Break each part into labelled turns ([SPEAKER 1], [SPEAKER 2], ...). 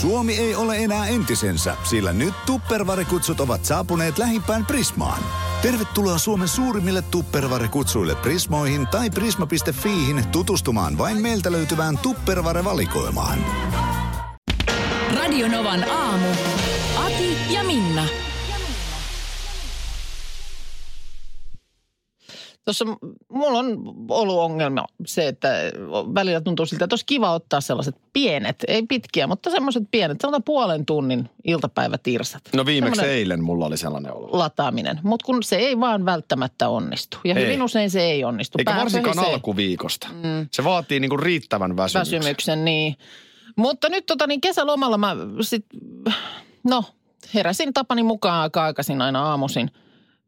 [SPEAKER 1] Suomi ei ole enää entisensä, sillä nyt tuppervarikutsut ovat saapuneet lähimpään Prismaan. Tervetuloa Suomen suurimmille tuppervarekutsuille Prismoihin tai prisma.fiihin tutustumaan vain meiltä löytyvään tuppervarevalikoimaan.
[SPEAKER 2] Radionovan aamu. Ati ja Minna.
[SPEAKER 3] Tuossa m- mulla on ollut ongelma se, että välillä tuntuu siltä, että olisi kiva ottaa sellaiset pienet, ei pitkiä, mutta semmoiset pienet, sanotaan puolen tunnin iltapäivätirsat.
[SPEAKER 4] No viimeksi
[SPEAKER 3] Semmoinen
[SPEAKER 4] eilen mulla oli sellainen olo.
[SPEAKER 3] lataaminen, mutta kun se ei vaan välttämättä onnistu. Ja
[SPEAKER 4] Ei.
[SPEAKER 3] hyvin usein se ei onnistu.
[SPEAKER 4] Eikä
[SPEAKER 3] Pää
[SPEAKER 4] varsinkaan
[SPEAKER 3] pöhisee.
[SPEAKER 4] alkuviikosta. Mm. Se vaatii niinku riittävän väsymyksen.
[SPEAKER 3] väsymyksen. niin. Mutta nyt tota, niin kesälomalla mä sit, no, heräsin tapani mukaan aika aikaisin aina aamuisin.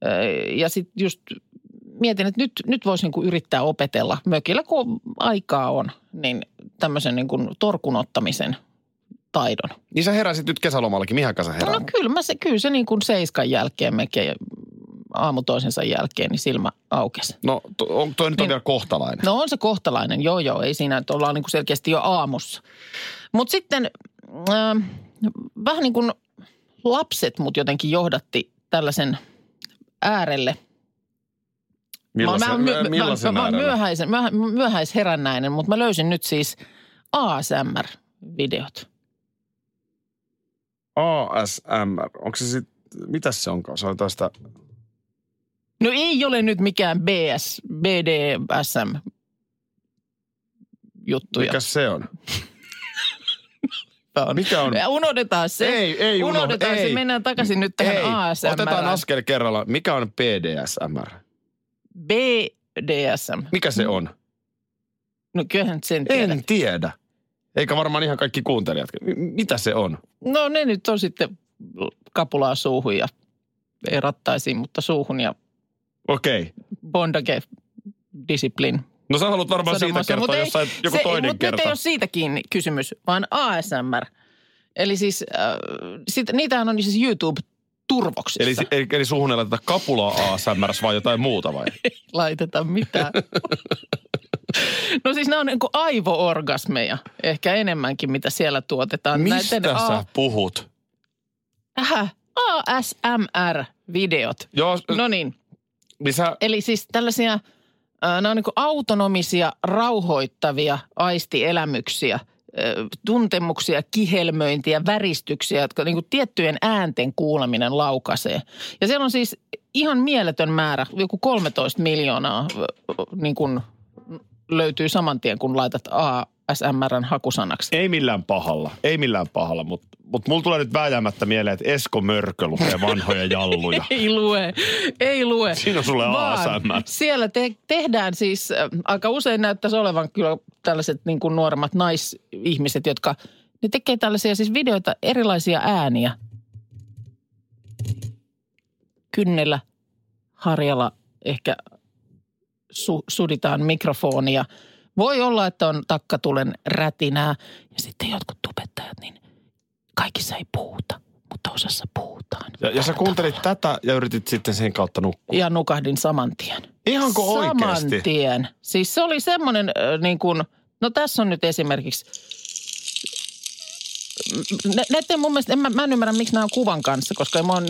[SPEAKER 3] Öö, Ja sitten just mietin, että nyt, nyt voisi niinku yrittää opetella mökillä, kun aikaa on, niin tämmöisen niinku torkun ottamisen taidon.
[SPEAKER 4] Niin sä heräsit nyt kesälomallakin. Mihin aikaan sä
[SPEAKER 3] No
[SPEAKER 4] herään?
[SPEAKER 3] kyllä, mä se, kyllä se niinku seiskan jälkeen melkein aamu toisensa jälkeen, niin silmä aukesi.
[SPEAKER 4] No, to, on, toi nyt on
[SPEAKER 3] Niin-
[SPEAKER 4] vielä kohtalainen.
[SPEAKER 3] No on se kohtalainen, joo joo, ei siinä, että ollaan niinku selkeästi jo aamussa. Mutta sitten äh, vähän niin kuin lapset mut jotenkin johdatti tällaisen äärelle. No, mä, oon myö-
[SPEAKER 4] millaisen
[SPEAKER 3] mä, mä, mä, oon
[SPEAKER 4] äärellä?
[SPEAKER 3] myöhäisen, mä, myöhäisherännäinen, mutta mä löysin nyt siis ASMR-videot.
[SPEAKER 4] ASMR. Onko se sit, mitäs se onkaan? Se on tästä,
[SPEAKER 3] No ei ole nyt mikään BS, BDSM juttuja.
[SPEAKER 4] mikä se on?
[SPEAKER 3] on.
[SPEAKER 4] mikä on?
[SPEAKER 3] Unohdetaan se.
[SPEAKER 4] Ei, ei unohda-
[SPEAKER 3] Unohdetaan se.
[SPEAKER 4] ei.
[SPEAKER 3] Mennään takaisin nyt tähän
[SPEAKER 4] Ei,
[SPEAKER 3] ASMR.
[SPEAKER 4] otetaan askel kerralla. Mikä on PDSMR?
[SPEAKER 3] BDSM.
[SPEAKER 4] Mikä se on?
[SPEAKER 3] No kyllähän nyt sen tiedät.
[SPEAKER 4] En tiedä. Eikä varmaan ihan kaikki kuuntelijat. M- mitä se on?
[SPEAKER 3] No ne nyt on sitten kapulaa suuhun ja ei rattaisiin, mutta suuhun ja
[SPEAKER 4] Okei. Okay.
[SPEAKER 3] bondage disciplin.
[SPEAKER 4] No sä haluat varmaan siitä
[SPEAKER 3] sanomassa.
[SPEAKER 4] kertoa
[SPEAKER 3] Mut ei,
[SPEAKER 4] jossain joku
[SPEAKER 3] se-
[SPEAKER 4] toinen
[SPEAKER 3] mut nyt
[SPEAKER 4] kerta.
[SPEAKER 3] ei ole siitä kiinni kysymys, vaan ASMR. Eli siis äh, sit, niitähän on siis YouTube-turvoksissa.
[SPEAKER 4] Eli, eli, eli suuhun ei laiteta kapulaa ASMRs vai jotain muuta vai?
[SPEAKER 3] laiteta mitään. No siis nämä on niin kuin aivoorgasmeja, ehkä enemmänkin, mitä siellä tuotetaan.
[SPEAKER 4] Mistä
[SPEAKER 3] Näiden
[SPEAKER 4] sä puhut?
[SPEAKER 3] Ähä, ASMR-videot.
[SPEAKER 4] Joo, no,
[SPEAKER 3] No niin,
[SPEAKER 4] niin sä,
[SPEAKER 3] eli siis tällaisia, ää, nämä on niin kuin autonomisia, rauhoittavia aistielämyksiä, ää, tuntemuksia, kihelmöintiä, väristyksiä, jotka niin kuin tiettyjen äänten kuuleminen laukaisee. Ja siellä on siis ihan mieletön määrä, joku 13 miljoonaa ää, niin kuin löytyy saman tien, kun laitat ASMRn hakusanaksi.
[SPEAKER 4] ei millään pahalla, ei millään pahalla, mutta mut mulla tulee nyt vääjäämättä mieleen, että Esko Mörkö lukee vanhoja jalluja.
[SPEAKER 3] Ei lue, ei lue.
[SPEAKER 4] Siinä on sulle
[SPEAKER 3] Vaan
[SPEAKER 4] ASMR.
[SPEAKER 3] Siellä te- tehdään siis, äh, aika usein näyttäisi olevan kyllä tällaiset niin kuin nuoremmat naisihmiset, jotka ne tekee tällaisia siis videoita, erilaisia ääniä. Kynnellä, harjalla ehkä su- suditaan mikrofonia. Voi olla, että on takkatulen rätinää ja sitten jotkut tubettajat, niin kaikissa ei puhuta, mutta osassa puhutaan.
[SPEAKER 4] Ja, ja sä kuuntelit tätä ja yritit sitten sen kautta nukkua.
[SPEAKER 3] Ja nukahdin saman tien.
[SPEAKER 4] Ihanko
[SPEAKER 3] Saman
[SPEAKER 4] oikeasti?
[SPEAKER 3] tien. Siis se oli semmoinen äh, niin kuin, no tässä on nyt esimerkiksi, Nä- näiden mun mielestä, en, mä, mä en ymmärrä miksi nämä on kuvan kanssa, koska ei mua äh,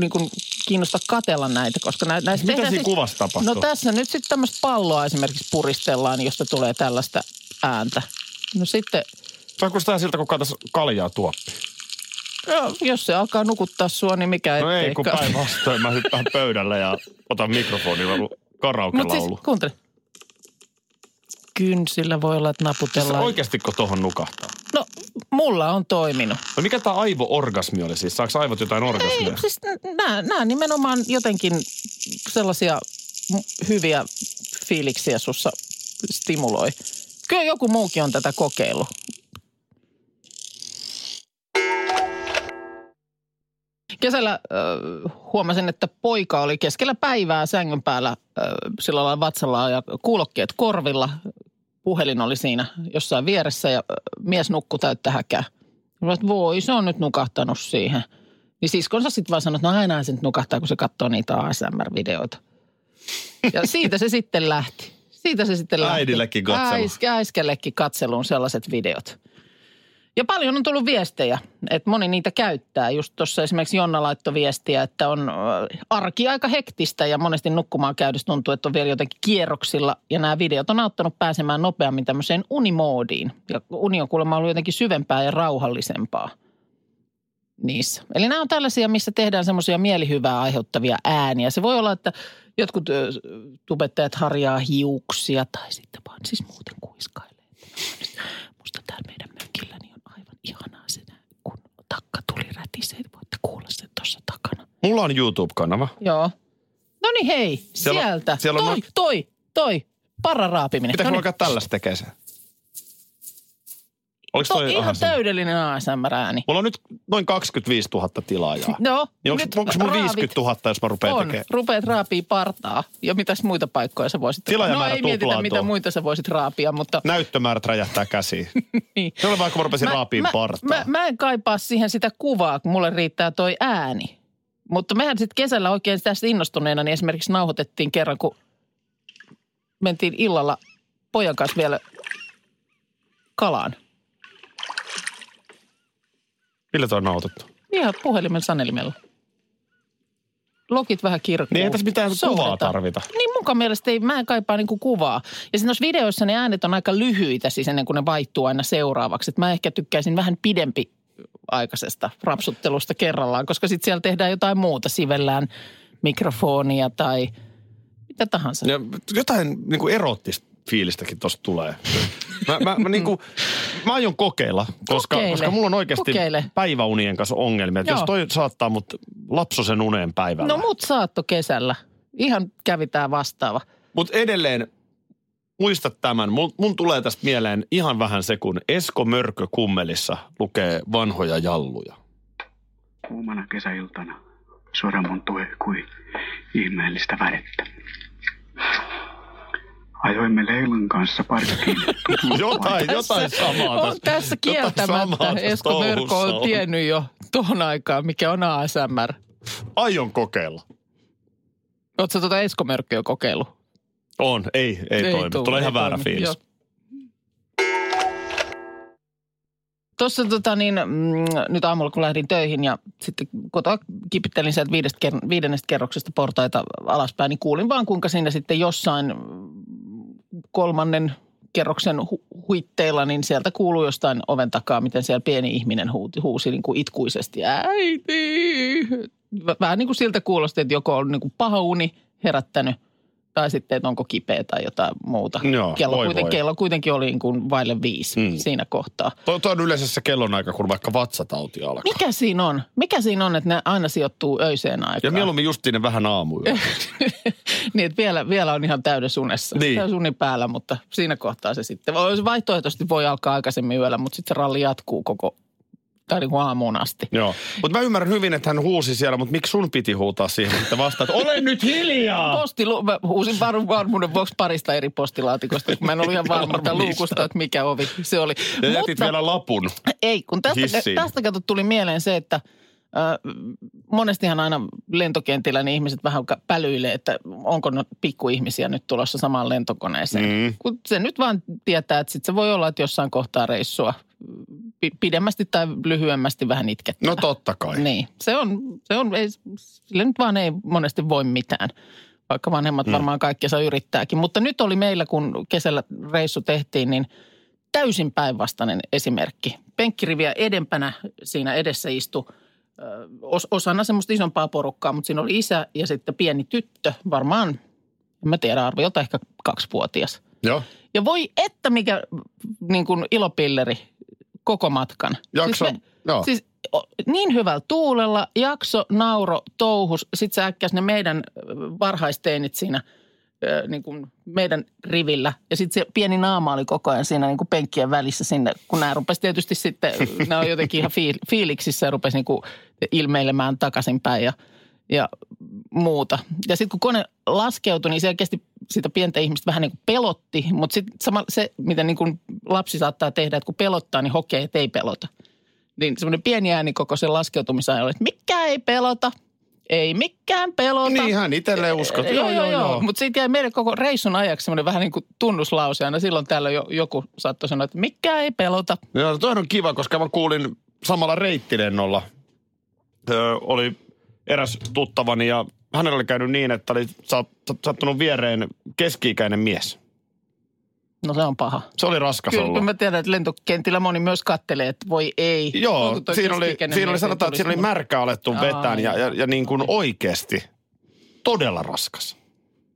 [SPEAKER 3] niin kuin kiinnosta katella näitä, koska nä, näistä
[SPEAKER 4] Mitä
[SPEAKER 3] tehdään
[SPEAKER 4] siinä kuvassa tapahtuu?
[SPEAKER 3] No tässä nyt sitten tämmöistä palloa esimerkiksi puristellaan, josta tulee tällaista ääntä. No sitten,
[SPEAKER 4] Tämä kuulostaa siltä, kun kaatas kaljaa tuoppi.
[SPEAKER 3] no, jos se alkaa nukuttaa sua, niin mikä
[SPEAKER 4] No ei,
[SPEAKER 3] ettei
[SPEAKER 4] kun
[SPEAKER 3] kai.
[SPEAKER 4] päinvastoin mä hyppään pöydälle ja otan mikrofonilla
[SPEAKER 3] Mut
[SPEAKER 4] karaokelaulu.
[SPEAKER 3] siis kuuntele. Kynsillä voi olla, että
[SPEAKER 4] Siis,
[SPEAKER 3] naputellaan.
[SPEAKER 4] oikeastiko tohon nukahtaa?
[SPEAKER 3] No, mulla on toiminut.
[SPEAKER 4] No mikä tämä aivoorgasmi oli siis? Saako aivot jotain
[SPEAKER 3] Ei,
[SPEAKER 4] orgasmia?
[SPEAKER 3] siis nämä, nämä nimenomaan jotenkin sellaisia m- hyviä fiiliksiä sussa stimuloi. Kyllä joku muukin on tätä kokeillut. Kesällä äh, huomasin, että poika oli keskellä päivää sängyn päällä äh, sillä lailla vatsalla ja kuulokkeet korvilla. Puhelin oli siinä jossain vieressä ja äh, mies nukkui täyttä häkää. Mä sanoin, että voi, se on nyt nukahtanut siihen. Niin siskonsa sitten vaan sanoi, että no aina se nyt nukahtaa, kun se katsoo niitä ASMR-videoita. Ja siitä se sitten lähti. Siitä se sitten lähti.
[SPEAKER 4] Äidillekin katselu.
[SPEAKER 3] Äis, äiskellekin katseluun sellaiset videot. Ja paljon on tullut viestejä, että moni niitä käyttää. Just tuossa esimerkiksi Jonna laittoi viestiä, että on ö, arki aika hektistä ja monesti nukkumaan käydessä tuntuu, että on vielä jotenkin kierroksilla. Ja nämä videot on auttanut pääsemään nopeammin tämmöiseen unimoodiin. Ja uni on kuulemma ollut jotenkin syvempää ja rauhallisempaa niissä. Eli nämä on tällaisia, missä tehdään semmoisia mielihyvää aiheuttavia ääniä. Se voi olla, että jotkut ö, tubettajat harjaa hiuksia tai sitten vaan siis muuten kuiskailee. Musta täällä meidän mökillä niin on aivan ihanaa se, kun takka tuli rätisee. Voitte kuulla sen tuossa takana.
[SPEAKER 4] Mulla on YouTube-kanava.
[SPEAKER 3] Joo. No niin hei,
[SPEAKER 4] Siellä
[SPEAKER 3] siellä,
[SPEAKER 4] on-
[SPEAKER 3] sieltä.
[SPEAKER 4] siellä on
[SPEAKER 3] toi,
[SPEAKER 4] ma-
[SPEAKER 3] toi, toi, No niin. parra raapiminen.
[SPEAKER 4] Pitäisikö
[SPEAKER 3] Noniin.
[SPEAKER 4] alkaa tällaista tekemään sen? Oliko
[SPEAKER 3] Toi, No
[SPEAKER 4] toi,
[SPEAKER 3] ihan
[SPEAKER 4] aha, se-
[SPEAKER 3] täydellinen ASMR-ääni.
[SPEAKER 4] Mulla on nyt noin 25 000 tilaajaa.
[SPEAKER 3] No,
[SPEAKER 4] Niin onko,
[SPEAKER 3] nyt
[SPEAKER 4] onko mulla
[SPEAKER 3] raavit
[SPEAKER 4] 50 000, jos mä rupean
[SPEAKER 3] on.
[SPEAKER 4] tekemään?
[SPEAKER 3] Rupeat raapii partaa. Ja mitäs muita paikkoja sä voisit No
[SPEAKER 4] Tilaajamäärä
[SPEAKER 3] ei mietitä,
[SPEAKER 4] tuplaantuu.
[SPEAKER 3] mitä muita sä voisit raapia, mutta...
[SPEAKER 4] Näyttömäärät räjähtää käsiin.
[SPEAKER 3] Niin.
[SPEAKER 4] Se oli vaikka mä rupesin raapiin
[SPEAKER 3] mä,
[SPEAKER 4] partaa.
[SPEAKER 3] Mä, mä en kaipaa siihen sitä kuvaa, kun mulle riittää toi ääni. Mutta mehän sitten kesällä oikein tästä innostuneena, niin esimerkiksi nauhoitettiin kerran, kun mentiin illalla pojan kanssa vielä kalaan.
[SPEAKER 4] Millä toi on nautettu?
[SPEAKER 3] Ihan puhelimen sanelimella. Lokit vähän kirkkuu.
[SPEAKER 4] Niin ei tässä mitään kuvaa
[SPEAKER 3] Soudetaan.
[SPEAKER 4] tarvita.
[SPEAKER 3] Niin mun mielestä ei, mä en kaipaa niinku kuvaa. Ja sitten noissa videoissa ne äänet on aika lyhyitä siis ennen kuin ne vaihtuu aina seuraavaksi. Et mä ehkä tykkäisin vähän pidempi aikaisesta rapsuttelusta kerrallaan, koska sitten siellä tehdään jotain muuta. Sivellään mikrofonia tai mitä tahansa.
[SPEAKER 4] Ja jotain niin kuin erottista fiilistäkin tosta tulee. Mä, mä, mä, niin kuin, mä aion kokeilla, koska,
[SPEAKER 3] Kokeile.
[SPEAKER 4] koska mulla on oikeasti
[SPEAKER 3] Kokeile.
[SPEAKER 4] päiväunien kanssa ongelmia. Että
[SPEAKER 3] Joo.
[SPEAKER 4] Jos toi saattaa mut lapsosen uneen päivällä.
[SPEAKER 3] No mut saatto kesällä. Ihan kävi tää vastaava.
[SPEAKER 4] Mutta edelleen, muista tämän. Mun, mun tulee tästä mieleen ihan vähän se, kun Esko Mörkö kummelissa lukee vanhoja jalluja.
[SPEAKER 5] Kuumana kesäiltana suoramon tue kui ihmeellistä värettä. Ajoimme Leilan kanssa parkkiin. tutulla
[SPEAKER 4] Jotain, jotain samaa
[SPEAKER 3] on tässä
[SPEAKER 4] jotain samaa
[SPEAKER 3] kieltämättä.
[SPEAKER 4] tässä
[SPEAKER 3] Esko Mörkö
[SPEAKER 4] touhussa
[SPEAKER 3] on tiennyt jo tuohon aikaan, mikä on ASMR.
[SPEAKER 4] Aion kokeilla.
[SPEAKER 3] Oletko tuota Esko Mörkköä kokeillut?
[SPEAKER 4] On, ei, ei, ei toimi. Tullut, tulee ihan väärä fiilis.
[SPEAKER 3] Tuossa tota niin, mm, nyt aamulla kun lähdin töihin ja sitten kotoa kipittelin sieltä viidestä, ker- viidennestä kerroksesta portaita alaspäin, niin kuulin vaan kuinka siinä sitten jossain mm, kolmannen kerroksen hu- huitteilla, niin sieltä kuuluu jostain oven takaa, miten siellä pieni ihminen huuti, huusi niin kuin itkuisesti, äiti. Vä- Vähän niin kuin siltä kuulosti, että joko on niin kuin paha uni herättänyt tai sitten, että onko kipeä tai jotain muuta.
[SPEAKER 4] Joo,
[SPEAKER 3] kello,
[SPEAKER 4] voi
[SPEAKER 3] kuiten,
[SPEAKER 4] voi.
[SPEAKER 3] kello kuitenkin oli niin kuin vaille viisi
[SPEAKER 4] Mm.
[SPEAKER 3] mm. siinä kohtaa.
[SPEAKER 4] Toi, toi on yleensä se kellonaika, kun vaikka vatsatauti alkaa.
[SPEAKER 3] Mikä siinä on? Mikä siinä on, että ne aina sijoittuu öiseen aikaan?
[SPEAKER 4] Ja mieluummin justiin ne vähän aamuyöllä.
[SPEAKER 3] niin, että vielä, vielä on ihan täydessä unessa.
[SPEAKER 4] Niin.
[SPEAKER 3] Täydessä uni päällä, mutta siinä kohtaa se sitten. voi- Vaihtoehtoisesti voi alkaa aikaisemmin yöllä, mutta sitten se ralli jatkuu koko, tai niin kuin aamuun asti.
[SPEAKER 4] Joo. Mutta mä ymmärrän hyvin, että hän huusi siellä, mutta miksi sun piti huutaa siihen, että vastaat, ole nyt hiljaa!
[SPEAKER 3] Posti, mä huusin var, varmuuden vuoksi parista eri postilaatikosta, kun mä en ollut ihan varma että
[SPEAKER 4] Varmista.
[SPEAKER 3] luukusta, että mikä ovi se oli.
[SPEAKER 4] Ja jätit
[SPEAKER 3] Mutta-
[SPEAKER 4] vielä lapun.
[SPEAKER 3] Ei, kun tästä,
[SPEAKER 4] Hissiin.
[SPEAKER 3] tästä kato tuli mieleen se, että ö, monestihan aina lentokentillä niin ihmiset vähän ka- pälyilee, että onko no pikkuihmisiä nyt tulossa samaan lentokoneeseen. Mm.
[SPEAKER 4] Mm.
[SPEAKER 3] Kun se nyt vaan tietää, että sit se voi olla, että jossain kohtaa reissua pi- pidemmästi tai lyhyemmästi vähän itkettää.
[SPEAKER 4] No totta kai.
[SPEAKER 3] Niin, se on, se on ei, sille nyt vaan ei monesti voi mitään, vaikka vanhemmat mm. varmaan kaikkensa yrittääkin. Mutta nyt oli meillä, kun kesällä reissu tehtiin, niin täysin päinvastainen esimerkki. Penkkiriviä edempänä siinä edessä istui ö, os, osana semmoista isompaa porukkaa, mutta siinä oli isä ja sitten pieni tyttö, varmaan, en mä tiedä arviolta ehkä kaksivuotias.
[SPEAKER 4] Joo.
[SPEAKER 3] Ja voi että mikä niin kuin ilopilleri koko matkan.
[SPEAKER 4] Jakso-
[SPEAKER 3] Siis,
[SPEAKER 4] joo.
[SPEAKER 3] siis o, niin hyvällä tuulella, jakso, nauro, touhus. Sitten se äkkäs ne meidän ö, varhaisteinit siinä ö, niin kuin meidän rivillä. Ja sitten se pieni naama oli koko ajan siinä niin kuin penkkien välissä sinne, kun nämä rupesi tietysti sitten, nämä on jotenkin ihan fiil, fiiliksissä ja rupesi niin kuin ilmeilemään takaisinpäin ja, ja muuta. Ja sitten kun kone laskeutui, niin selkeästi sitä pientä ihmistä vähän niin kuin pelotti, mutta sitten sama se, mitä niin kuin lapsi saattaa tehdä, että kun pelottaa, niin hokee, että ei pelota. Niin semmoinen pieni ääni koko sen laskeutumisajan oli, että mikä ei pelota. Ei mikään pelota.
[SPEAKER 4] Niin hän itselleen uskot.
[SPEAKER 3] Tota- joo, joo, joo. joo. Mutta siitä jäi meille koko reissun ajaksi semmoinen vähän niin kuin tunnuslause. Aina silloin täällä jo, joku saattoi sanoa, että mikä ei pelota.
[SPEAKER 4] Joo, toi on kiva, koska mä kuulin samalla reittilennolla. Öö, oli eräs tuttavani ja hänellä oli käynyt niin, että oli sa- sa- sattunut viereen keski-ikäinen mies.
[SPEAKER 3] No se on paha.
[SPEAKER 4] Se oli raskas
[SPEAKER 3] Kyllä,
[SPEAKER 4] olla.
[SPEAKER 3] kyllä mä tiedän, että lentokentillä moni myös kattelee, että voi ei.
[SPEAKER 4] Joo,
[SPEAKER 3] Onko toi
[SPEAKER 4] siinä oli,
[SPEAKER 3] keski-ikäinen
[SPEAKER 4] siinä oli
[SPEAKER 3] mies,
[SPEAKER 4] sanotaan, että
[SPEAKER 3] ei
[SPEAKER 4] siinä oli
[SPEAKER 3] niin tulisi
[SPEAKER 4] märkä alettu
[SPEAKER 3] Aa,
[SPEAKER 4] vetään ja, ja, ja niin kuin oikeasti todella raskas.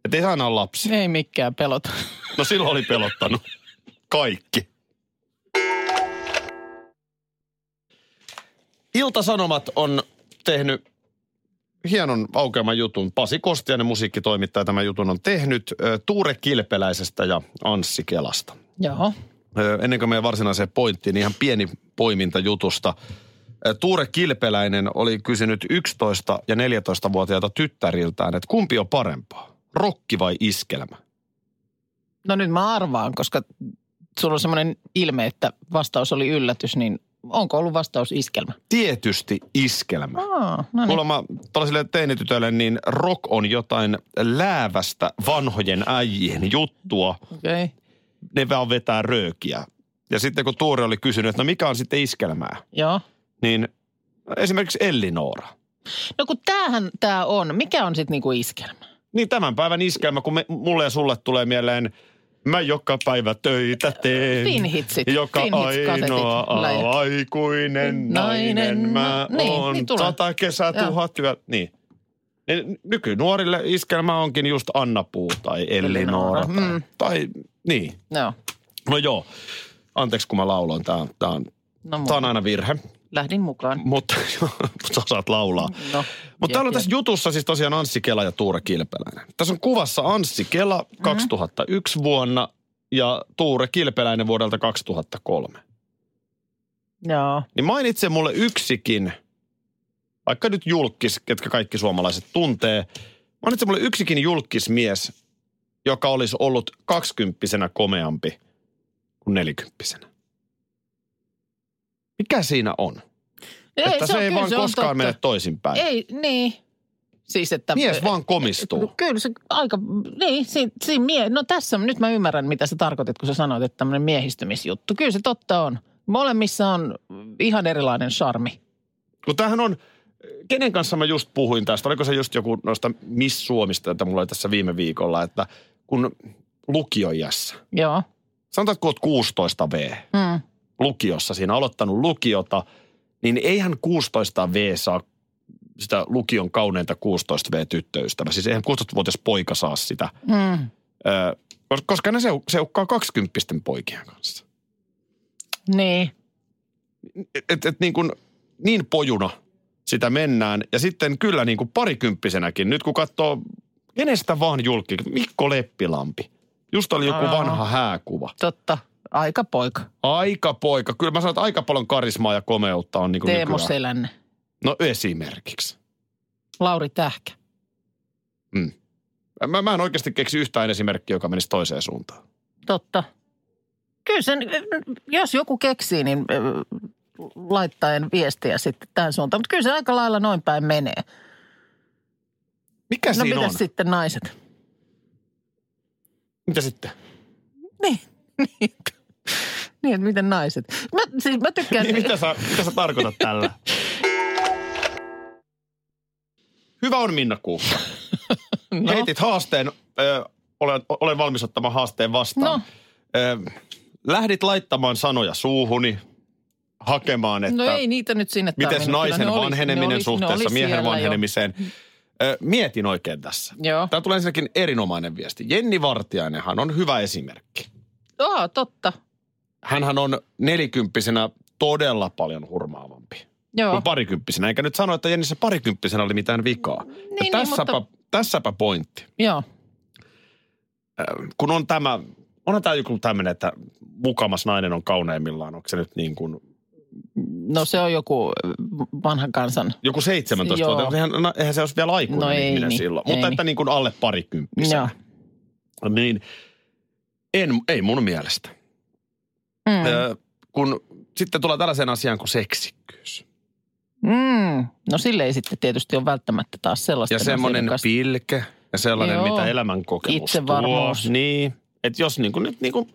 [SPEAKER 4] Että ei se aina ole lapsi.
[SPEAKER 3] mun- Ei mikään pelota.
[SPEAKER 4] No silloin oli pelottanut. Kaikki. Iltasanomat on tehnyt hienon aukeaman jutun. Pasi Kostiainen, musiikkitoimittaja, tämän jutun on tehnyt ö, Tuure Kilpeläisestä ja Anssi Kelasta.
[SPEAKER 3] Joo.
[SPEAKER 4] Ö, Ennen kuin meidän varsinaiseen pointtiin, niin ihan pieni poiminta jutusta. Ö, Tuure Kilpeläinen oli kysynyt 11- ja 14-vuotiailta tyttäriltään, että kumpi on parempaa, rokki vai iskelmä?
[SPEAKER 3] No nyt mä arvaan, koska sulla on semmoinen ilme, että vastaus oli yllätys, niin onko ollut vastaus iskelmä?
[SPEAKER 4] Tietysti iskelmä.
[SPEAKER 3] Aa, no niin.
[SPEAKER 4] Kuulemma tällaisille teinitytöille, niin rock on jotain läävästä vanhojen äijien juttua.
[SPEAKER 3] Okei. Okay.
[SPEAKER 4] Ne vaan vetää röökiä. Ja sitten kun Tuure oli kysynyt, että no mikä on sitten iskelmää,
[SPEAKER 3] Joo.
[SPEAKER 4] niin esimerkiksi Ellinora.
[SPEAKER 3] No kun tämähän tämä on. Mikä on sitten niinku iskelmä?
[SPEAKER 4] Niin tämän päivän iskelmä, kun me, mulle ja sulle tulee mieleen, mä joka päivä töitä teen.
[SPEAKER 3] Finhitsit.
[SPEAKER 4] Joka
[SPEAKER 3] Finhits-kasetit,
[SPEAKER 4] ainoa
[SPEAKER 3] läjät.
[SPEAKER 4] aikuinen nainen,
[SPEAKER 3] Nainen
[SPEAKER 4] mä
[SPEAKER 3] mä- niin,
[SPEAKER 4] oon.
[SPEAKER 3] niin tulee.
[SPEAKER 4] Sata kesää,
[SPEAKER 3] Joo.
[SPEAKER 4] tuhat työ. Niin. niin. Nykynuorille iskelmä onkin just Anna Puu tai Ellinora.
[SPEAKER 3] Ellinora,
[SPEAKER 4] Tai,
[SPEAKER 3] mm.
[SPEAKER 4] tai niin.
[SPEAKER 3] Joo.
[SPEAKER 4] No joo. Anteeksi, kun mä lauloin. Tämä on, tää on,
[SPEAKER 3] No
[SPEAKER 4] tää
[SPEAKER 3] mun,
[SPEAKER 4] on aina virhe.
[SPEAKER 3] lähdin mukaan.
[SPEAKER 4] Mutta sä osaat laulaa.
[SPEAKER 3] No,
[SPEAKER 4] Mutta täällä on
[SPEAKER 3] jep,
[SPEAKER 4] tässä jutussa siis tosiaan Anssi Kela ja Tuure Kilpeläinen. Tässä on kuvassa Anssi Kela 2001 vuonna ja Tuure Kilpeläinen vuodelta 2003.
[SPEAKER 3] Joo.
[SPEAKER 4] Niin mainitse mulle yksikin, vaikka nyt julkis, ketkä kaikki suomalaiset tuntee, mainitse mulle yksikin julkismies, joka olisi ollut kaksikymppisenä komeampi kuin nelikymppisenä. Mikä siinä on? Ei, että se,
[SPEAKER 3] on
[SPEAKER 4] ei
[SPEAKER 3] kyllä,
[SPEAKER 4] vaan
[SPEAKER 3] se on
[SPEAKER 4] koskaan
[SPEAKER 3] totta.
[SPEAKER 4] mene toisinpäin.
[SPEAKER 3] Ei, niin. Siis että...
[SPEAKER 4] Mies vaan komistuu.
[SPEAKER 3] Kyllä se aika, niin, siinä, siinä mie- no tässä, nyt mä ymmärrän mitä sä tarkoitit, kun sä sanoit, että tämmöinen miehistymisjuttu. Kyllä se totta on. Molemmissa on ihan erilainen charmi.
[SPEAKER 4] Kun tämähän on, kenen kanssa mä just puhuin tästä, oliko se just joku noista Miss Suomista, että mulla oli tässä viime viikolla, että kun lukioiässä,
[SPEAKER 3] Joo.
[SPEAKER 4] sanotaan, että kun oot 16 V
[SPEAKER 3] Mm.
[SPEAKER 4] lukiossa, siinä aloittanut lukiota, niin eihän 16 V saa sitä lukion kauneinta 16 V tyttöystävä. Siis eihän 16-vuotias poika saa sitä,
[SPEAKER 3] Mm.
[SPEAKER 4] Ö, kos- koska ne seu- seukkaa 20 poikien kanssa.
[SPEAKER 3] Niin.
[SPEAKER 4] et, et niin, kuin, niin pojuna sitä mennään. Ja sitten kyllä niin kuin parikymppisenäkin, nyt kun katsoo kenestä vaan julkki, Mikko Leppilampi. Just oli joku
[SPEAKER 3] Aa.
[SPEAKER 4] vanha hääkuva.
[SPEAKER 3] Totta. Aika poika.
[SPEAKER 4] Aika poika. Kyllä mä sanon, että aika paljon karismaa ja komeutta on niin kuin
[SPEAKER 3] Teemo
[SPEAKER 4] nykyään.
[SPEAKER 3] Selänne.
[SPEAKER 4] No esimerkiksi.
[SPEAKER 3] Lauri Tähkä.
[SPEAKER 4] Mä, mä en oikeasti keksi yhtään esimerkkiä, joka menisi toiseen suuntaan.
[SPEAKER 3] Totta. Kyllä sen, jos joku keksii, niin ö, laittaen viestiä sitten tämän suuntaan. Mutta kyllä se aika lailla noin päin menee.
[SPEAKER 4] Mikä
[SPEAKER 3] No
[SPEAKER 4] siinä on?
[SPEAKER 3] mitäs sitten naiset?
[SPEAKER 4] Mitä sitten?
[SPEAKER 3] Niin, niin. Niin, että miten naiset. Mä, siis mä tykkään...
[SPEAKER 4] Niin, mitä, sä, mitä sä tarkoitat tällä? Hyvä on Minna Kuukka. No.
[SPEAKER 3] no,
[SPEAKER 4] Heitit haasteen, ö, olen, olen valmis ottamaan haasteen vastaan.
[SPEAKER 3] no,
[SPEAKER 4] No. Ö, lähdit laittamaan sanoja suuhuni, hakemaan, että
[SPEAKER 3] no ei niitä nyt sinne
[SPEAKER 4] miten
[SPEAKER 3] tarvinnut. Kyllä
[SPEAKER 4] naisen
[SPEAKER 3] ne oli-
[SPEAKER 4] vanheneminen
[SPEAKER 3] ne oli- ne
[SPEAKER 4] suhteessa
[SPEAKER 3] oli
[SPEAKER 4] miehen
[SPEAKER 3] siellä jo.
[SPEAKER 4] vanhenemiseen. Ö, mietin oikein tässä.
[SPEAKER 3] Joo.
[SPEAKER 4] Tämä tulee ensinnäkin erinomainen viesti. Jenni Vartiainenhan on hyvä esimerkki.
[SPEAKER 3] Joo, totta.
[SPEAKER 4] Hänhän on nelikymppisenä todella paljon hurmaavampi
[SPEAKER 3] Joo.
[SPEAKER 4] kuin parikymppisenä. Enkä nyt sano, että Jennissä parikymppisenä oli mitään vikaa.
[SPEAKER 3] niin,
[SPEAKER 4] tässäpä,
[SPEAKER 3] mutta-
[SPEAKER 4] tässäpä pointti.
[SPEAKER 3] Joo.
[SPEAKER 4] kun on tämä, onhan tämä joku tämmöinen, että mukamas nainen on kauneimmillaan, onko se nyt niin kuin,
[SPEAKER 3] No se on joku ö, vanhan kansan.
[SPEAKER 4] joku 17
[SPEAKER 3] Joo.
[SPEAKER 4] vuotta, eihän, no, eihän se olisi vielä aikuinen
[SPEAKER 3] No ei
[SPEAKER 4] ihminen
[SPEAKER 3] niin,
[SPEAKER 4] silloin,
[SPEAKER 3] ei
[SPEAKER 4] mutta että
[SPEAKER 3] niin.
[SPEAKER 4] niin kuin alle parikymppisenä,
[SPEAKER 3] Joo.
[SPEAKER 4] niin en, ei mun mielestä.
[SPEAKER 3] Mm.
[SPEAKER 4] Ö, kun sitten tulee tällaiseen asiaan kuin seksikkyys.
[SPEAKER 3] Mm. No sille ei sitten tietysti ole välttämättä taas sellaista.
[SPEAKER 4] Ja semmoinen
[SPEAKER 3] asiakasta.
[SPEAKER 4] pilke ja sellainen,
[SPEAKER 3] Joo.
[SPEAKER 4] mitä elämän kokemus
[SPEAKER 3] Itsevarmuus.
[SPEAKER 4] tuo. Niin. Et jos, niin kuin, nyt, niin kuin,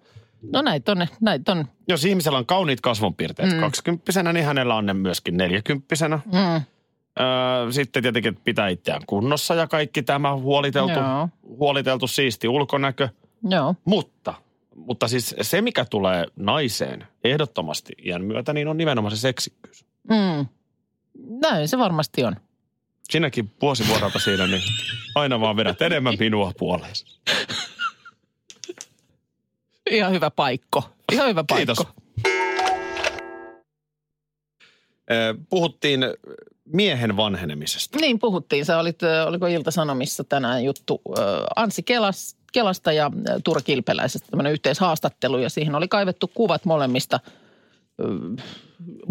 [SPEAKER 3] No näitä on, ne- näitä on.
[SPEAKER 4] jos ihmisellä on kauniit kasvonpiirteet mm. kaksikymppisenä, niin hänellä on ne myöskin neljäkymppisenä.
[SPEAKER 3] Mm.
[SPEAKER 4] Öö, sitten tietenkin että pitää itseään kunnossa ja kaikki tämä huoliteltu,
[SPEAKER 3] Joo.
[SPEAKER 4] huoliteltu siisti ulkonäkö.
[SPEAKER 3] Joo.
[SPEAKER 4] Mutta, mutta siis se, mikä tulee naiseen ehdottomasti iän myötä, niin on nimenomaan se seksikkyys.
[SPEAKER 3] Mm. Näin se varmasti on.
[SPEAKER 4] Sinäkin vuosivuorolta siinä, niin aina vaan vedät enemmän minua puoleesi.
[SPEAKER 3] Ihan hyvä paikko. Ihan hyvä paikko.
[SPEAKER 4] Kiitos. Ö, Öö, Puhuttiin miehen vanhenemisesta.
[SPEAKER 3] Niin puhuttiin. Sä olit, ö, oliko Ilta-Sanomissa tänään juttu ö, Anssi Kelas, Kelasta ja ö, Tuura Kilpeläisestä tämmöinen yhteishaastattelu ja siihen oli kaivettu kuvat molemmista ö,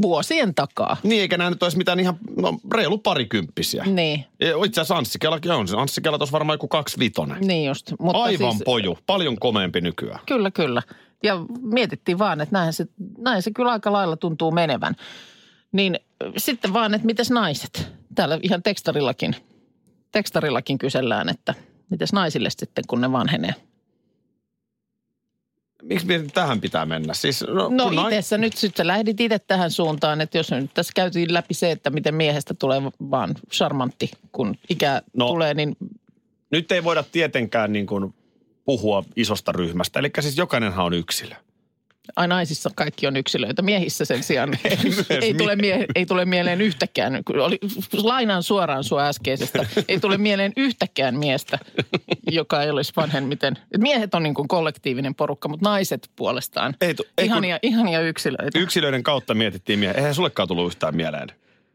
[SPEAKER 3] vuosien takaa.
[SPEAKER 4] Niin, eikä nämä nyt olisi mitään ihan no, reilu parikymppisiä. Mm.
[SPEAKER 3] Niin,
[SPEAKER 4] Itse asiassa Anssi Kelakin on. se. Anssi Kela tuossa varmaan joku kaksi vitonen.
[SPEAKER 3] niin just. Mutta
[SPEAKER 4] Aivan
[SPEAKER 3] siis,
[SPEAKER 4] poju, paljon komeempi nykyään.
[SPEAKER 3] Kyllä, kyllä. Ja mietittiin vaan, että näin se, näin se kyllä aika lailla tuntuu menevän. Niin äh, sitten vaan, että mites naiset? Täällä ihan tekstarillakin, tekstarillakin kysellään, että mites naisille sitten, kun ne vanhenee.
[SPEAKER 4] Miksi me tähän pitää mennä? Siis, no,
[SPEAKER 3] No
[SPEAKER 4] kun nai-
[SPEAKER 3] itessä nyt sit sä lähdit itse tähän suuntaan, että jos nyt tässä käytiin läpi se, että miten miehestä tulee vaan charmantti, kun ikä no.
[SPEAKER 4] No.
[SPEAKER 3] tulee, niin
[SPEAKER 4] nyt ei voida tietenkään niin kuin puhua isosta ryhmästä. Eli siis jokainenhan on yksilö.
[SPEAKER 3] aina naisissa kaikki on yksilöitä. Miehissä sen sijaan ei, ei,
[SPEAKER 4] mie-
[SPEAKER 3] tule mie- ei tule mieleen yhtäkään. Kun Oli, lainaan suoraan sua äskeisestä. Ei tule mieleen yhtäkään miestä, joka ei olisi vanhemmiten. Et Miehet on niin kuin kollektiivinen porukka, mutta naiset puolestaan.
[SPEAKER 4] Ei tu- ei kun-
[SPEAKER 3] ihania, ihania yksilöitä.
[SPEAKER 4] Yksilöiden kautta mietittiin miehiä. Eihän sullekaan tullut yhtään mieleen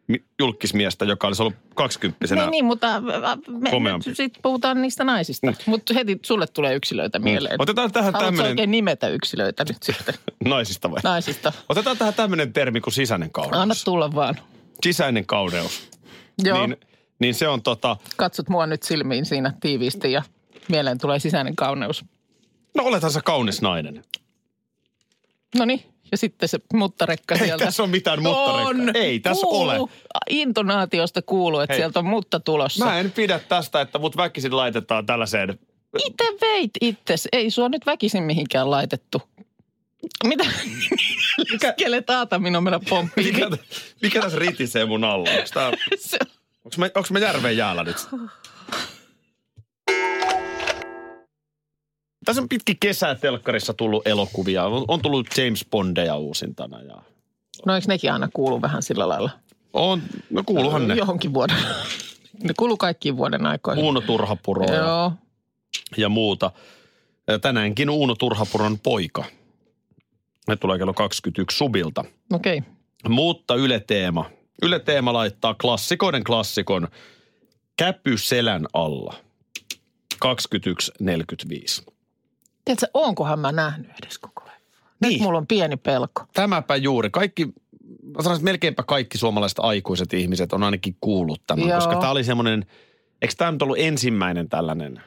[SPEAKER 4] mi- julkismiestä, joka olisi ollut kaksikymppisenä.
[SPEAKER 3] Niin, niin, mutta äh, me,
[SPEAKER 4] Komeampi. Mm.
[SPEAKER 3] me sitten puhutaan niistä naisista. Mutta heti sulle tulee yksilöitä mieleen.
[SPEAKER 4] Otetaan tähän
[SPEAKER 3] Haluatko
[SPEAKER 4] tämmönen-
[SPEAKER 3] oikein nimetä yksilöitä nyt sitten
[SPEAKER 4] Naisista vai?
[SPEAKER 3] naisista?
[SPEAKER 4] Otetaan tähän tämmöinen termi kuin sisäinen kauneus.
[SPEAKER 3] No. Anna tulla vaan.
[SPEAKER 4] Sisäinen kauneus.
[SPEAKER 3] Joo.
[SPEAKER 4] Niin, niin se on tota,
[SPEAKER 3] katsot mua nyt silmiin siinä tiiviisti ja mieleen tulee sisäinen kauneus.
[SPEAKER 4] no olethan sä kaunis nainen.
[SPEAKER 3] No niin, ja sitten se muttarekka
[SPEAKER 4] Ei
[SPEAKER 3] sieltä.
[SPEAKER 4] tässä ole mitään muttarekkaa.
[SPEAKER 3] On.
[SPEAKER 4] Ei tässä
[SPEAKER 3] kuuluu.
[SPEAKER 4] ole.
[SPEAKER 3] Intonaatiosta kuuluu, että
[SPEAKER 4] Hei.
[SPEAKER 3] sieltä on mutta tulossa.
[SPEAKER 4] Mä en pidä tästä, että mut väkisin laitetaan tällaiseen.
[SPEAKER 3] Itse veit itses. Ei sua nyt väkisin mihinkään laitettu. Mitä? Mikä? Kelet aatamin on meillä pomppiin.
[SPEAKER 4] Mikä, mikä tässä ritisee mun alla? Onks tää,
[SPEAKER 3] Se-
[SPEAKER 4] onks me, onks me järven jäällä nyt? Tässä on pitki kesää telkkarissa tullut elokuvia. On, on tullut James Bondeja uusintana. Ja
[SPEAKER 3] No eikö nekin aina kuulu vähän sillä lailla?
[SPEAKER 4] on, no kuuluhan ne.
[SPEAKER 3] Johonkin vuoden. Ne kuuluu kaikkiin vuoden aikoihin.
[SPEAKER 4] Uuno Turhapuro ja,
[SPEAKER 3] Joo.
[SPEAKER 4] ja muuta. Ja Tänäänkin Uuno Turhapuron poika. Ne tulee kello 21 subilta.
[SPEAKER 3] Okei. Okay.
[SPEAKER 4] Mutta Yle Teema. Yle Teema laittaa klassikoiden klassikon käpyselän alla. 21.45.
[SPEAKER 3] Tiedätkö, onkohan mä nähnyt edes koko ajan?
[SPEAKER 4] Niin,
[SPEAKER 3] Mulla on pieni pelko.
[SPEAKER 4] tämäpä juuri. Kaikki, mä sanoisin, että melkeinpä kaikki suomalaiset aikuiset ihmiset on ainakin kuullut tämän,
[SPEAKER 3] Joo.
[SPEAKER 4] koska tämä oli semmoinen, eikö tämä nyt ollut ensimmäinen tällainen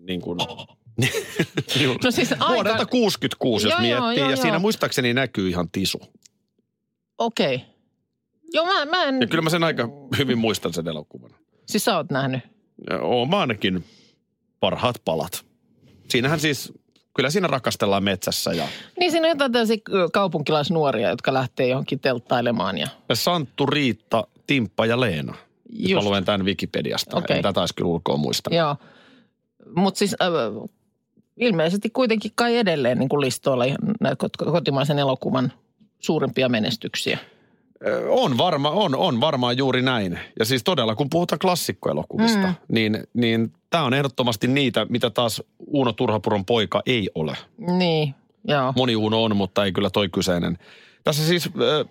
[SPEAKER 4] niin kuin, Juu.
[SPEAKER 3] No siis aika-
[SPEAKER 4] Vuodelta 66, jos
[SPEAKER 3] Joo, joo,
[SPEAKER 4] miettii,
[SPEAKER 3] joo,
[SPEAKER 4] ja
[SPEAKER 3] joo.
[SPEAKER 4] siinä muistaakseni näkyy ihan tisu.
[SPEAKER 3] Okei. Okay. Joo, mä, mä en...
[SPEAKER 4] Ja kyllä mä sen aika hyvin muistan sen elokuvan.
[SPEAKER 3] Siis sä oot nähnyt.
[SPEAKER 4] Oon mä ainakin parhaat palat. Siinähän siis, kyllä siinä rakastellaan metsässä ja
[SPEAKER 3] Niin siinä on jotain tällaisia ö, kaupunkilaisnuoria, jotka lähtee johonkin telttailemaan ja...
[SPEAKER 4] Santtu, Riitta, Timppa ja Leena. Just. Mä
[SPEAKER 3] Just.
[SPEAKER 4] luen tämän Wikipediasta.
[SPEAKER 3] Okei.
[SPEAKER 4] Okay. Tätä taisi kyllä ulkoa muistaa.
[SPEAKER 3] Joo. Mutta siis äh, ilmeisesti kuitenkin kai edelleen niin kuin listoilla ihan näitä kot- kotimaisen elokuvan suurimpia menestyksiä.
[SPEAKER 4] Ö, On varma, on, on varmaan juuri näin. Ja siis todella, kun puhutaan klassikkoelokuvista, mm. niin, niin tämä on ehdottomasti niitä, mitä taas Uuno Turhapuron poika ei ole.
[SPEAKER 3] Niin, joo.
[SPEAKER 4] Moni Uno on, mutta ei kyllä toi kyseinen. Tässä siis ö,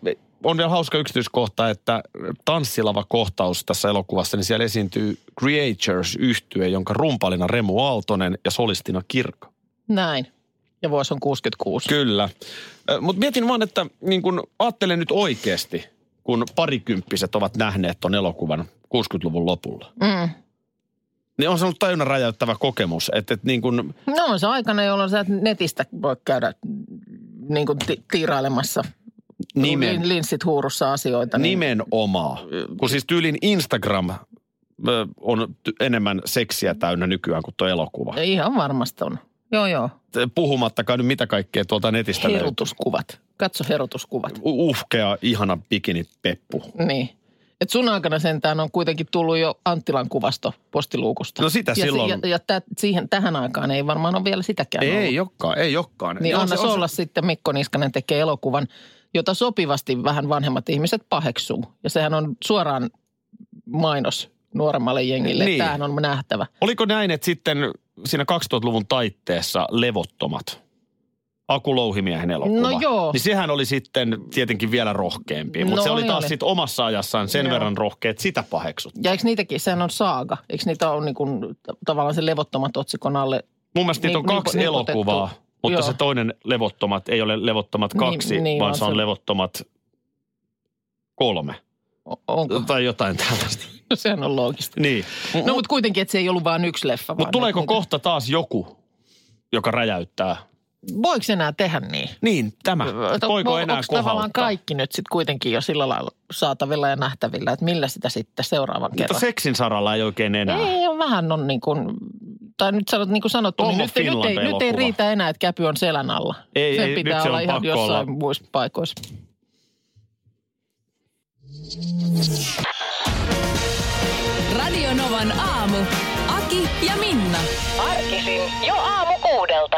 [SPEAKER 4] on vielä hauska yksityiskohta, että tanssilava kohtaus tässä elokuvassa, niin siellä esiintyy creatures yhtye jonka rumpalina Remu Aaltonen ja solistina Kirka.
[SPEAKER 3] Näin. Ja vuosi on 66.
[SPEAKER 4] Kyllä. Mutta mietin vaan, että niin kun ajattelen nyt oikeasti, kun parikymppiset ovat nähneet ton elokuvan 60-luvun lopulla.
[SPEAKER 3] Mm.
[SPEAKER 4] Niin on se ollut tajunnan räjäyttävä kokemus, että, että niin kun,
[SPEAKER 3] No on se aikana, jolloin sä et netistä voi käydä niin kuin ti- niinku tiirailemassa
[SPEAKER 4] Nimen.
[SPEAKER 3] lin- linssit huurussa asioita. Niin
[SPEAKER 4] Nimenomaan. Kun siis tyylin Instagram ö, on ty- enemmän seksiä täynnä nykyään kuin tuo elokuva.
[SPEAKER 3] Ihan varmasti on. Joo, joo.
[SPEAKER 4] Puhumattakaan nyt mitä kaikkea tuolta netistä löytyy.
[SPEAKER 3] Herotuskuvat. Katso herotuskuvat.
[SPEAKER 4] U- Uhkea, ihana bikinipeppu.
[SPEAKER 3] Niin. Et sun aikana sentään on kuitenkin tullut jo Anttilan kuvasto postiluukusta.
[SPEAKER 4] No sitä
[SPEAKER 3] ja se-
[SPEAKER 4] silloin.
[SPEAKER 3] Ja, ja tä, siihen, tähän aikaan ei varmaan ole vielä sitäkään ollut.
[SPEAKER 4] Ei jokkaan, ei jokkaan.
[SPEAKER 3] no. Niin
[SPEAKER 4] on
[SPEAKER 3] anna
[SPEAKER 4] se-
[SPEAKER 3] se
[SPEAKER 4] on se-
[SPEAKER 3] olla sitten Mikko Niskanen tekee elokuvan, jota sopivasti vähän vanhemmat ihmiset paheksuu. Ja sehän on suoraan mainos nuoremmalle jengille.
[SPEAKER 4] Niin.
[SPEAKER 3] Niin. Tämähän on nähtävä.
[SPEAKER 4] Oliko näin, että sitten siinä 2000-luvun taitteessa levottomat, Aku Louhimiehen elokuva,
[SPEAKER 3] No joo.
[SPEAKER 4] niin sehän oli sitten tietenkin vielä rohkeampi, mutta
[SPEAKER 3] No
[SPEAKER 4] se oli
[SPEAKER 3] oli,
[SPEAKER 4] taas
[SPEAKER 3] oli.
[SPEAKER 4] sitten omassa ajassaan sen
[SPEAKER 3] Joo.
[SPEAKER 4] verran rohkea, että sitä paheksut.
[SPEAKER 3] Ja eikö niitäkin, sehän on saaga. Eikö niitä ole niin kuin, tavallaan sen levottomat otsikon alle?
[SPEAKER 4] Mun mielestä niitä on
[SPEAKER 3] Niin- niin-
[SPEAKER 4] kaksi
[SPEAKER 3] niin
[SPEAKER 4] elokuvaa,
[SPEAKER 3] otettu.
[SPEAKER 4] mutta
[SPEAKER 3] Joo.
[SPEAKER 4] se toinen levottomat ei ole levottomat
[SPEAKER 3] Niin-
[SPEAKER 4] kaksi,
[SPEAKER 3] niin,
[SPEAKER 4] vaan
[SPEAKER 3] vaan
[SPEAKER 4] se on
[SPEAKER 3] se-
[SPEAKER 4] levottomat kolme
[SPEAKER 3] O- Onko?
[SPEAKER 4] tai jotain tällaista.
[SPEAKER 3] No, sehän on loogista.
[SPEAKER 4] Niin.
[SPEAKER 3] No mutta kuitenkin, että se ei ollut vain yksi leffa.
[SPEAKER 4] Mutta
[SPEAKER 3] vaan
[SPEAKER 4] tuleeko
[SPEAKER 3] että niitä-
[SPEAKER 4] kohta taas joku, joka räjäyttää?
[SPEAKER 3] Voiko enää tehdä niin?
[SPEAKER 4] Niin, tämä.
[SPEAKER 3] Että
[SPEAKER 4] Voiko
[SPEAKER 3] on-
[SPEAKER 4] enää
[SPEAKER 3] onks tavallaan
[SPEAKER 4] kohauttaa?
[SPEAKER 3] kaikki nyt sitten kuitenkin jo sillä lailla saatavilla ja nähtävillä, että millä sitä sitten seuraavan
[SPEAKER 4] Mutta
[SPEAKER 3] kerran?
[SPEAKER 4] seksin saralla ei oikein enää.
[SPEAKER 3] Ei, on vähän on niin kuin, tai nyt sanot, niin kuin sanottu,
[SPEAKER 4] Tommo
[SPEAKER 3] niin nyt, ei- nyt, ei, nyt
[SPEAKER 4] Finland-elokuva.
[SPEAKER 3] ei riitä enää, että käpy on selän alla.
[SPEAKER 4] Ei,
[SPEAKER 3] Sen
[SPEAKER 4] ei, nyt
[SPEAKER 3] pitää
[SPEAKER 4] se
[SPEAKER 3] olla
[SPEAKER 4] on
[SPEAKER 3] ihan
[SPEAKER 4] pakko
[SPEAKER 3] jossain
[SPEAKER 4] olla.
[SPEAKER 3] muissa paikoissa.
[SPEAKER 2] Radio Novan aamu. Aki ja Minna.
[SPEAKER 6] Arkisin jo aamu kuudelta.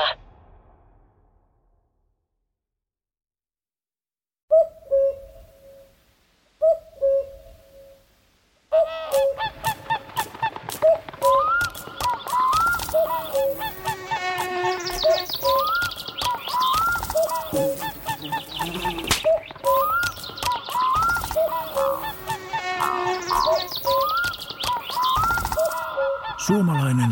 [SPEAKER 7] Suomalainen